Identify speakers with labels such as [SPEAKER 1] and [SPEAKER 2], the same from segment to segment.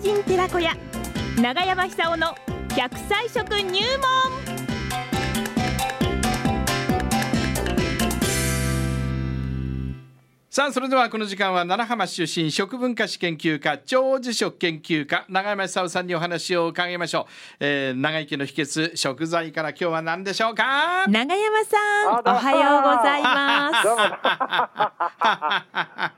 [SPEAKER 1] 人寺子屋長山久夫の100歳食入門
[SPEAKER 2] さあそれではこの時間は奈良浜市出身食文化史研究家長寿食研究家永山久夫さんにお話を伺いましょう、えー、長生きの秘訣食材から今日は何でしょう か
[SPEAKER 1] 長山さん
[SPEAKER 3] あど
[SPEAKER 1] お
[SPEAKER 3] うも
[SPEAKER 1] はようございます
[SPEAKER 3] どうもど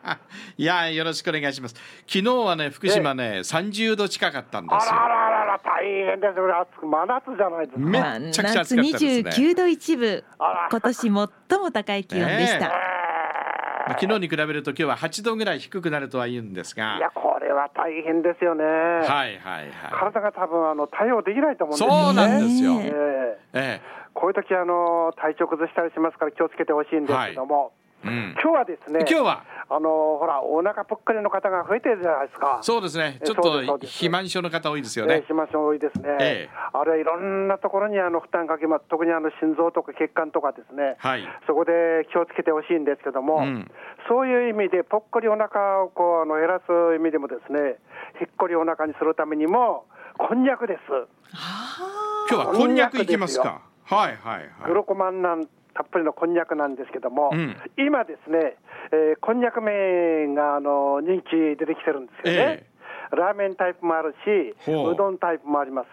[SPEAKER 3] うも
[SPEAKER 2] いやよろしくお願いします昨日はね福島ね30度近かったんで
[SPEAKER 3] あ
[SPEAKER 2] すよ
[SPEAKER 3] らあらあら大変ですこれ暑く真夏じゃないですか、
[SPEAKER 2] めっちゃくちゃ暑かったですね
[SPEAKER 1] まあ夏29度一部
[SPEAKER 3] あら
[SPEAKER 1] 今年最も高い気温でし
[SPEAKER 2] ね
[SPEAKER 1] た、
[SPEAKER 2] まあ昨日に比べると今日は8度ぐらい低くなるとは言うんです
[SPEAKER 3] いや
[SPEAKER 2] が
[SPEAKER 3] これは大変ですよね、
[SPEAKER 2] はいはいは
[SPEAKER 3] 体が多分あの対応できないと思うん
[SPEAKER 2] い
[SPEAKER 3] ですよね
[SPEAKER 2] そうなんですよ、
[SPEAKER 1] ね
[SPEAKER 3] ええ
[SPEAKER 2] え
[SPEAKER 3] こういう時あの体調崩したりしますから気をつけてほしいんですけども、
[SPEAKER 2] えうん、
[SPEAKER 3] 今日はですね
[SPEAKER 2] 今日は
[SPEAKER 3] あのほらお腹ぽっくりの方が増えてるじゃないですか
[SPEAKER 2] そうですね
[SPEAKER 3] え
[SPEAKER 2] ちょっ
[SPEAKER 3] そうですそ
[SPEAKER 2] と
[SPEAKER 3] うです
[SPEAKER 2] 肥満症の方多いですよ
[SPEAKER 3] え
[SPEAKER 2] ね
[SPEAKER 3] え、しましょう多いですね、
[SPEAKER 2] ええ
[SPEAKER 3] あれはいろんなところにあの負担かけます特にあの心臓とか血管とかですね、
[SPEAKER 2] はい
[SPEAKER 3] そこで気をつけてほしいんですけども、
[SPEAKER 2] うん
[SPEAKER 3] そういう意味で、ぽっこりお腹をこうあの減らす意味でもですね、ひっこりお腹にするためにも、こんにゃくです。
[SPEAKER 1] は
[SPEAKER 2] 今日はこんにゃくいきます
[SPEAKER 3] こんに
[SPEAKER 2] かはいはいはい
[SPEAKER 3] グロコマンなんたっぷりのこんにゃくなんですけども、
[SPEAKER 2] うん
[SPEAKER 3] 今ですね、えーこんにゃく麺があの人気出てきてるんですよね
[SPEAKER 2] え。
[SPEAKER 3] ラーメンタイプもあるし、
[SPEAKER 2] ほう
[SPEAKER 3] うどんタイプもあります。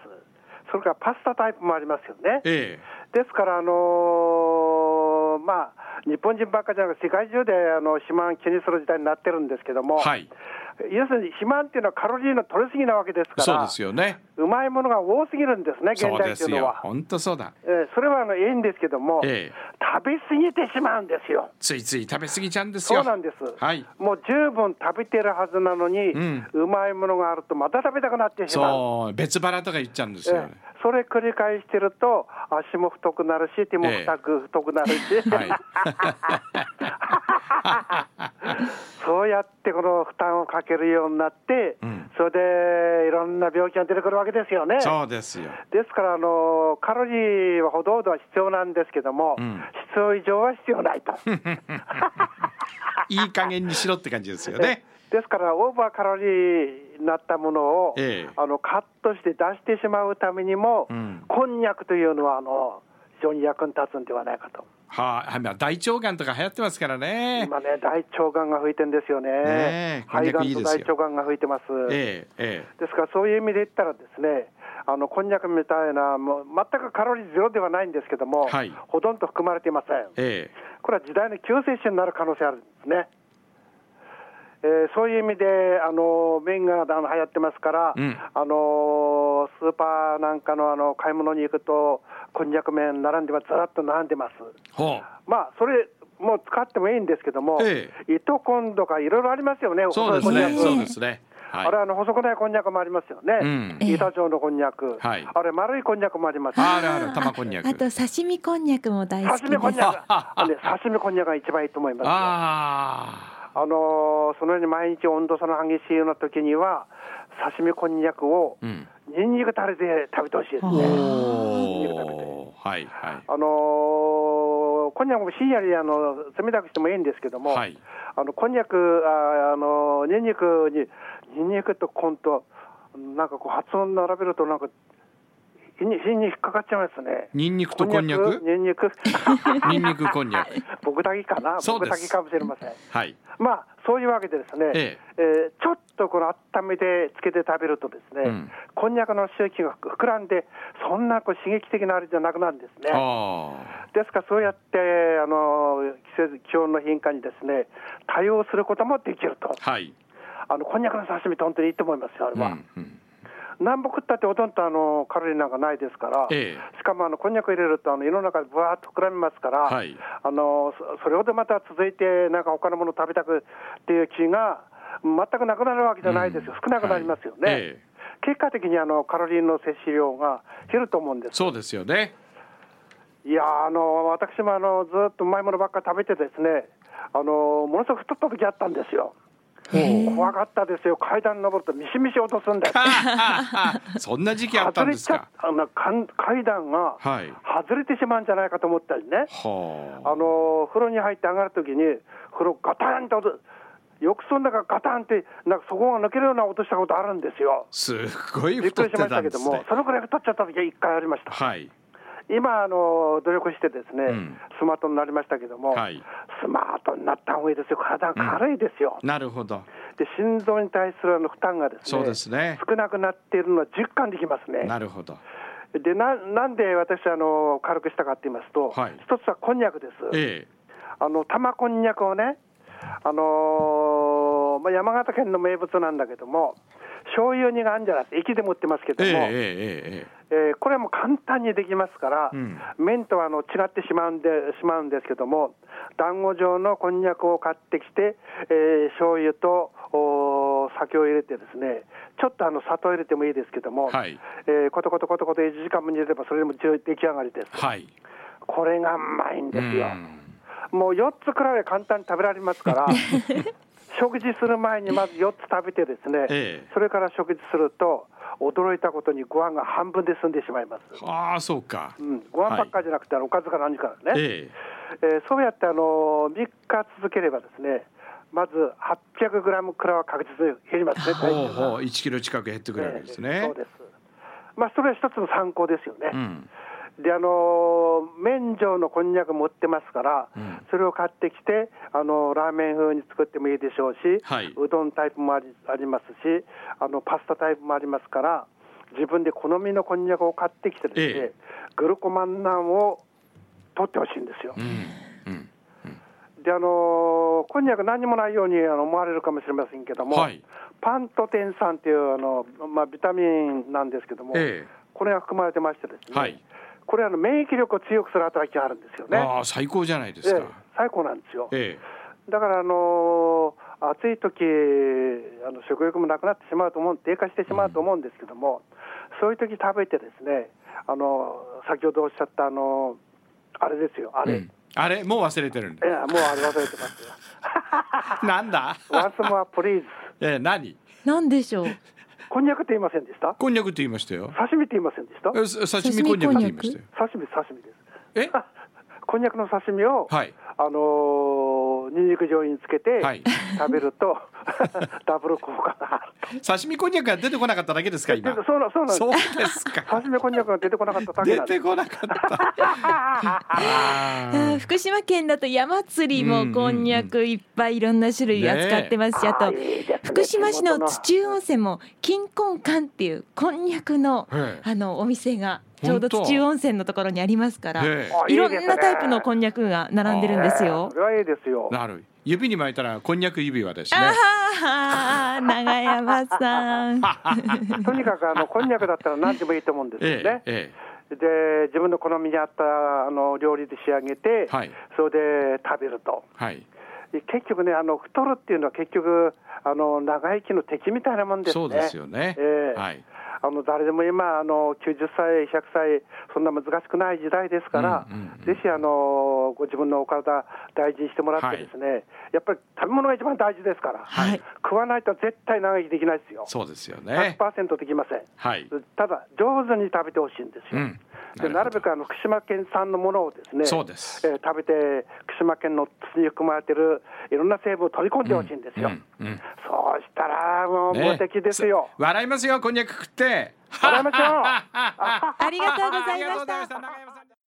[SPEAKER 3] それからパスタタイプもありますよね。
[SPEAKER 2] え
[SPEAKER 3] ですから、あのーまあ、日本人ばっかじゃなくて、世界中であの肥満気にする時代になってるんですけど
[SPEAKER 2] え
[SPEAKER 3] も、
[SPEAKER 2] はい
[SPEAKER 3] 要するに肥満っていうのはカロリーの取りすぎなわけですから、
[SPEAKER 2] そうですよね
[SPEAKER 3] うまいものが多すぎるんですね、現
[SPEAKER 2] そう
[SPEAKER 3] 代
[SPEAKER 2] で
[SPEAKER 3] ってい
[SPEAKER 2] す
[SPEAKER 3] うの
[SPEAKER 2] よ
[SPEAKER 3] は。
[SPEAKER 2] 本当そうだ
[SPEAKER 3] えーそれはあのいいんですけども、
[SPEAKER 2] ええ
[SPEAKER 3] 食べ過ぎてしまうんですよ。
[SPEAKER 2] ついつい食べ過ぎちゃうんですよ
[SPEAKER 3] そうなんです、
[SPEAKER 2] はい
[SPEAKER 3] もう十分食べてるはずなのに、
[SPEAKER 2] ん
[SPEAKER 3] うまいものがあるとまた食べたくなってしまう。
[SPEAKER 2] そう別腹とか言っちゃうんです
[SPEAKER 3] え
[SPEAKER 2] よね
[SPEAKER 3] えそれ繰り返してると、足も太くなるし、手も
[SPEAKER 2] ええ
[SPEAKER 3] 太く太くなるし、
[SPEAKER 2] はい
[SPEAKER 3] そうやってこの負担をかけるようになって、
[SPEAKER 2] うん
[SPEAKER 3] それでいろんな病気が出てくるわけですよね。
[SPEAKER 2] そうですよ
[SPEAKER 3] ですからあの、カロリーはほどほどは必要なんですけども、
[SPEAKER 2] うん
[SPEAKER 3] 必要以上は必要な いと。
[SPEAKER 2] いい加減にしろって感じですよ ね
[SPEAKER 3] ですから、オーバーカロリーになったものを、
[SPEAKER 2] ええ
[SPEAKER 3] あのカットして出してしまうためにも、
[SPEAKER 2] うん
[SPEAKER 3] こんにゃくというのはあの、非常に役に立つんではないかと。
[SPEAKER 2] はい、まあ大腸がんとか流行ってますからね。
[SPEAKER 3] 今ね、大腸がんが吹いてるんですよね。
[SPEAKER 2] ねえこんにゃく
[SPEAKER 3] 肺が
[SPEAKER 2] い
[SPEAKER 3] ん
[SPEAKER 2] い
[SPEAKER 3] と
[SPEAKER 2] です
[SPEAKER 3] 大
[SPEAKER 2] よ
[SPEAKER 3] 腸がんが吹いてます。
[SPEAKER 2] えええ
[SPEAKER 3] ですから、そういう意味で言ったらですね、あのこんにゃくみたいな、もう全くカロリーゼロではないんですけども、
[SPEAKER 2] はい
[SPEAKER 3] ほとんど含まれていません。
[SPEAKER 2] ええ
[SPEAKER 3] これは時代の救世主になる可能性あるんですね。えーそういう意味で、あの麺があの流行ってますから、
[SPEAKER 2] うん
[SPEAKER 3] あのスーパーなんかのあの買い物に行くと、こんにゃく麺並んでます、ずらっと並んでます。
[SPEAKER 2] えほ
[SPEAKER 3] まあ、それもう使ってもいいんですけども、
[SPEAKER 2] え
[SPEAKER 3] 糸こんとかいろいろありますよね、
[SPEAKER 2] う。そうです
[SPEAKER 3] 細いこん
[SPEAKER 2] ね。
[SPEAKER 3] にゃく
[SPEAKER 2] そうですね。はい
[SPEAKER 3] あれ、。あの細くないこんにゃくもありますよね、
[SPEAKER 2] うん
[SPEAKER 3] 板状のこんにゃく、
[SPEAKER 2] はい
[SPEAKER 3] あれ、丸いこんにゃくもあります、
[SPEAKER 2] あるある玉こんにゃく
[SPEAKER 1] あと刺身こんにゃくも大好き
[SPEAKER 3] 刺
[SPEAKER 1] で
[SPEAKER 3] 身
[SPEAKER 1] す
[SPEAKER 3] こんにゃく、あのね刺身こんにゃくが一番いいと思いますよ。
[SPEAKER 2] あ
[SPEAKER 3] あのーそのように毎日温度差の激しいような時には、刺身こんにゃくを
[SPEAKER 2] あ。うん。
[SPEAKER 3] ニンニクタレで食べてほしいです
[SPEAKER 2] お
[SPEAKER 3] ね。
[SPEAKER 2] お。はいは
[SPEAKER 3] あのーこんにゃくも深夜にあの冷たくしてもいいんですけど
[SPEAKER 2] い。
[SPEAKER 3] も、
[SPEAKER 2] はい。
[SPEAKER 3] あのこんにゃく、あーあのーニンニクに、ニンニクとコンと、なんかこう、発音並べると、なんか、火に火に引っかかっちゃいますね。
[SPEAKER 2] ニンニクとこんにゃく。
[SPEAKER 3] ニンニク、
[SPEAKER 2] ニンニクこんにゃく。
[SPEAKER 3] 僕だけかな、
[SPEAKER 2] そう
[SPEAKER 3] 僕
[SPEAKER 2] です
[SPEAKER 3] だけかもしれません。
[SPEAKER 2] はい。
[SPEAKER 3] まあ、そういうわけでですね、
[SPEAKER 2] え
[SPEAKER 3] えーちょっとこの温めてつけて食べるとですね、
[SPEAKER 2] うん
[SPEAKER 3] こんにゃくの周期が膨らんで、そんなこう刺激的なあれじゃなくなるんですね。
[SPEAKER 2] ああ。
[SPEAKER 3] ですから、そうやってあの季節気温の変化にですね対応することもできると、
[SPEAKER 2] はい。
[SPEAKER 3] あのこんにゃくの刺身って本当にいいと思いますよ、あ
[SPEAKER 2] う
[SPEAKER 3] れは。
[SPEAKER 2] んうん。
[SPEAKER 3] なんぼ食ったってほとんどあのカロリーなんかないですから、
[SPEAKER 2] え
[SPEAKER 3] しかもあのこんにゃく入れるとあの胃の中でぶわーっと膨らみますから、
[SPEAKER 2] はい
[SPEAKER 3] あのそそれほどまた続いて、なんか他のもの食べたくっていう気が全くなくなるわけじゃないですよ、少なくなりますよね。
[SPEAKER 2] はいええ
[SPEAKER 3] 結果的にあのカロリーの摂取量が減ると思うんです。
[SPEAKER 2] そうですよね。
[SPEAKER 3] いやーあの私もあのずっとうまいものばっか食べてですね、あのものすごく太った時あったんですよ。怖かったですよ。階段登るとミシミシ落とすんだよ。
[SPEAKER 2] そんな時期あったんですか。
[SPEAKER 3] 外れちゃっあのかん階段が
[SPEAKER 2] はい
[SPEAKER 3] 外れてしまうんじゃないかと思ったりね、
[SPEAKER 2] は
[SPEAKER 3] あの風呂に入って上がるときに、風呂がたんと浴槽の中ガタンって、なんかそこが抜けるような音したことあるんですよ。
[SPEAKER 2] すごい
[SPEAKER 3] びっ
[SPEAKER 2] 太
[SPEAKER 3] く
[SPEAKER 2] っ
[SPEAKER 3] りして
[SPEAKER 2] ん
[SPEAKER 3] ましたたけ
[SPEAKER 2] で
[SPEAKER 3] ど
[SPEAKER 2] す
[SPEAKER 3] も
[SPEAKER 2] ね、。
[SPEAKER 3] そのくらい太っちゃった時は1回ありました。
[SPEAKER 2] はい
[SPEAKER 3] 今、あの努力してですね、
[SPEAKER 2] うん
[SPEAKER 3] スマートになりましたけども、
[SPEAKER 2] はい
[SPEAKER 3] スマートになった方がいいですよ、体が軽いですよ、
[SPEAKER 2] なるほど
[SPEAKER 3] で心臓に対するあの負担がですね
[SPEAKER 2] そうですね
[SPEAKER 3] 少なくなっているのは実感できますね。
[SPEAKER 2] なるほど
[SPEAKER 3] でななんで私あの、軽くしたかって言いますと、
[SPEAKER 2] はい
[SPEAKER 3] 一つはこんにゃくです、
[SPEAKER 2] え
[SPEAKER 3] あの玉こんにゃくをね、あのーまあ、山形県の名物なんだけども、醤油煮があるんじゃなくて、駅でも売ってますけ
[SPEAKER 2] え
[SPEAKER 3] ど
[SPEAKER 2] ええ
[SPEAKER 3] も、
[SPEAKER 2] ええええ
[SPEAKER 3] えーこれはもう簡単にできますから、
[SPEAKER 2] うん
[SPEAKER 3] 麺とはあの違ってしまうんでしまうんですけども、団子状のこんにゃくを買ってきて、えー醤油とおー酒を入れて、ですねちょっとあの砂糖入れてもいいですけども、
[SPEAKER 2] はい
[SPEAKER 3] えーコトコトコトコト1時間も煮れば、それでも十出来上がりです、
[SPEAKER 2] はい
[SPEAKER 3] これがうまいん
[SPEAKER 2] う
[SPEAKER 3] ですよ。
[SPEAKER 2] ん
[SPEAKER 3] もう4つくらい簡単に食べられま すから、食事する前にまず4つ食べてですね、
[SPEAKER 2] ええ
[SPEAKER 3] それから食事すると、驚いたことにご飯が半分で済んでしまいます。
[SPEAKER 2] ああそうか
[SPEAKER 3] うん、ご飯ばっかりじゃなくて、あのおかずから何からね、
[SPEAKER 2] ええ
[SPEAKER 3] えーそうやって、あのー3日続ければですね、まず800グラムくらいは確実に減りますね、
[SPEAKER 2] ほ
[SPEAKER 3] 体重
[SPEAKER 2] う
[SPEAKER 3] が
[SPEAKER 2] ほう1キロ近く減ってくるわけです
[SPEAKER 3] えー
[SPEAKER 2] ね
[SPEAKER 3] そうです。まあ、それは一つの参考ですよね。
[SPEAKER 2] うん
[SPEAKER 3] であのー麺状のこんにゃく持ってますから、
[SPEAKER 2] うん
[SPEAKER 3] それを買ってきて、あのーラーメン風に作ってもいいでしょうし、
[SPEAKER 2] はいう
[SPEAKER 3] どんタイプもありありますしあの、パスタタイプもありますから、自分で好みのこんにゃくを買ってきてです、ね
[SPEAKER 2] ええ
[SPEAKER 3] グルコマンナンを取ってほしいんですよ。
[SPEAKER 2] うんうん
[SPEAKER 3] であのーこんにゃく何にもないようにあの思われるかもしれませんけども、
[SPEAKER 2] はい
[SPEAKER 3] パントテン酸っていうあの、まあ、ビタミンなんですけども、
[SPEAKER 2] ええ
[SPEAKER 3] これが含まれてましてですね、
[SPEAKER 2] はい
[SPEAKER 3] これはあの免疫力を強くする働きがあるんですよね。
[SPEAKER 2] ああ最高じゃないです
[SPEAKER 3] ええ
[SPEAKER 2] か
[SPEAKER 3] 最高なんですよ。
[SPEAKER 2] え
[SPEAKER 3] だから、あのー暑い時あの食欲もなくなってしまうと思う、低下してしまうと思うんですけども、そういう時食べてですね、あの先ほどおっしゃったあのあれですよ、あ
[SPEAKER 2] えう
[SPEAKER 3] れ、
[SPEAKER 2] んあれもう忘れてるん
[SPEAKER 3] え
[SPEAKER 2] だ
[SPEAKER 3] えもうあれ忘れてま すよ。
[SPEAKER 2] なんだ
[SPEAKER 3] ワンスモアプリーズ。
[SPEAKER 2] ええ何
[SPEAKER 4] なんでしょう。
[SPEAKER 3] こんにゃくって言いませんでした？
[SPEAKER 2] こんにゃくって言いましたよ
[SPEAKER 3] 刺身って言いませんでした？
[SPEAKER 2] えさ刺身こんにゃくって言いましたよ
[SPEAKER 3] 刺身刺身です。
[SPEAKER 2] え
[SPEAKER 3] あ こんにゃくの刺身を、
[SPEAKER 2] はい
[SPEAKER 3] あのー、にんにく醤油につけて、
[SPEAKER 2] はい
[SPEAKER 3] 食べると ダブル効果があると。
[SPEAKER 2] 刺身こんにゃくが出てこなかっただけですか今
[SPEAKER 3] でそうなそうなんです。
[SPEAKER 2] そうですか
[SPEAKER 3] 刺身こんにゃくが出てこなかっただけ
[SPEAKER 2] 出
[SPEAKER 3] なんで
[SPEAKER 2] て
[SPEAKER 3] す。
[SPEAKER 2] こなかっ た
[SPEAKER 4] あー福島県だと山釣りもこんにゃくいっぱいいろんな種類扱ってますし、あと福島市の土湯温泉も金婚館っていうこんにゃくの
[SPEAKER 2] へえ
[SPEAKER 4] あのお店がちょうど
[SPEAKER 2] 本当
[SPEAKER 4] 土湯温泉のところにありますから、
[SPEAKER 2] へえ
[SPEAKER 3] あ
[SPEAKER 4] いろんなタイプのこんにゃくが並んでるんですよ
[SPEAKER 3] そ。れはいいですよ。
[SPEAKER 2] なる指に巻いたらこんにゃく指輪ですね
[SPEAKER 4] ああ、長山さん。
[SPEAKER 3] とにかくあのこんにゃくだったら何でもいいと思うんですよ
[SPEAKER 2] え
[SPEAKER 3] ね
[SPEAKER 2] え。え
[SPEAKER 3] で自分の好みに合ったあの料理で仕上げて、
[SPEAKER 2] はい
[SPEAKER 3] それで食べると。
[SPEAKER 2] えはい
[SPEAKER 3] 結局ね、あの太るっていうのは結局あの長生きの敵みたいなもんです
[SPEAKER 2] そう
[SPEAKER 3] ね。
[SPEAKER 2] ですよね
[SPEAKER 3] ええ
[SPEAKER 2] はい
[SPEAKER 3] あの誰でも今あの90歳100歳そんな難しくない時代ですから、
[SPEAKER 2] うんうんうん
[SPEAKER 3] ぜひあのご自分のお体大事にしてもらってですね、やっぱり食べ物が一番大事ですから、
[SPEAKER 4] はい
[SPEAKER 3] 食わないと絶対長生きできないですよ。
[SPEAKER 2] そうですよね
[SPEAKER 3] 100%できません。
[SPEAKER 2] はい
[SPEAKER 3] ただ上手に食べてほしいんです
[SPEAKER 2] う
[SPEAKER 3] よ。
[SPEAKER 2] ん
[SPEAKER 3] でなるべくあの福島県産のものをですね、
[SPEAKER 2] そうです
[SPEAKER 3] えー食べて、福島県の土に含まれてるいろんな成分を取り込んでほしいんですよ、
[SPEAKER 2] うんうんうん
[SPEAKER 3] そうしたらもう
[SPEAKER 2] ね
[SPEAKER 3] 無敵ですよ。
[SPEAKER 2] そ笑いますよこんにゃく食って
[SPEAKER 3] 笑いましょう
[SPEAKER 4] ありがとうございました
[SPEAKER 2] ありがとうございました中山さん